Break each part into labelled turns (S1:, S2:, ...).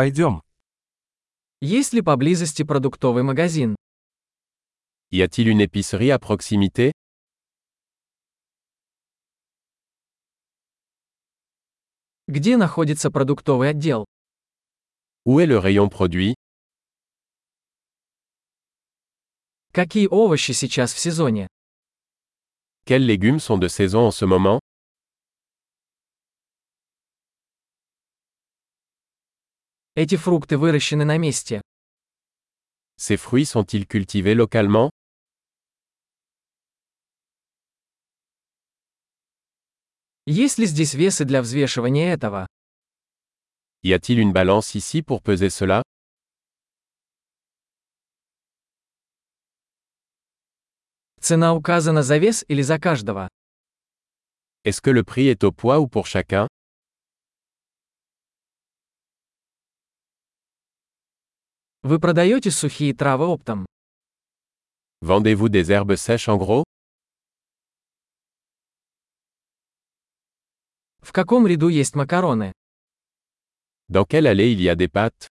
S1: Пойдем.
S2: Есть ли поблизости продуктовый магазин?
S3: Y a-t-il une épicerie à proximité
S2: Где находится продуктовый отдел?
S3: Où est le rayon produit
S2: Какие овощи сейчас в сезоне?
S3: Quels légumes sont de saison en ce moment
S2: Эти фрукты выращены на месте.
S3: Ces fruits sont-ils cultivés localement
S2: Есть ли здесь весы для взвешивания этого?
S3: Y a-t-il une balance ici pour peser cela
S2: Цена указана за вес или за каждого?
S3: Est-ce que le prix est au poids ou pour chacun
S2: Вы продаете сухие травы оптом?
S3: Vendez-vous des herbes sèches en gros
S2: В каком ряду есть макароны?
S3: Dans quelle allée il y a des pâtes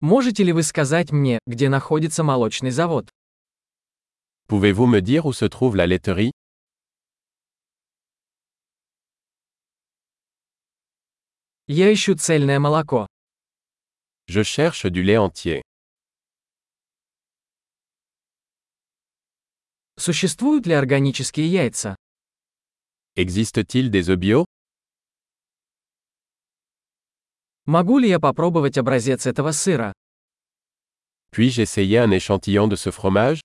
S2: Можете ли вы сказать мне, где находится молочный завод?
S3: Pouvez-vous me dire où se trouve la laiterie
S2: Я ищу цельное молоко.
S3: Je cherche du lait entier.
S2: Существуют ли органические яйца?
S3: Existe-t-il des œufs bio
S2: Могу ли я попробовать образец этого сыра?
S3: Puis-je essayer un échantillon de ce fromage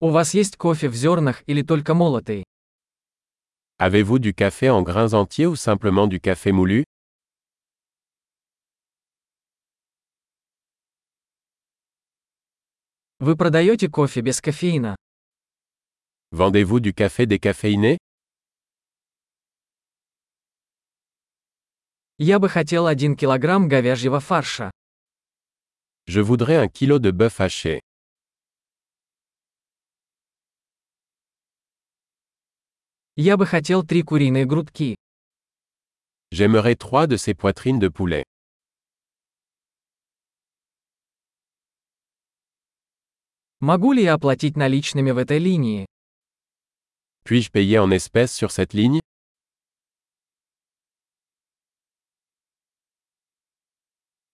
S2: У вас есть кофе в зернах или только молотый?
S3: Avez-vous du café en grains entiers ou simplement du café moulu
S2: Вы продаете кофе без кофеина?
S3: Vendez-vous du café décaféiné
S2: Я бы хотел 1 килограмм говяжьего фарша.
S3: Je voudrais un kilo de bœuf haché.
S2: Я бы хотел 3 куриные грудки.
S3: J'aimerais trois de ces poitrines de poulet.
S2: Могу ли я оплатить наличными в этой линии?
S3: Puis-je payer en espèces sur cette ligne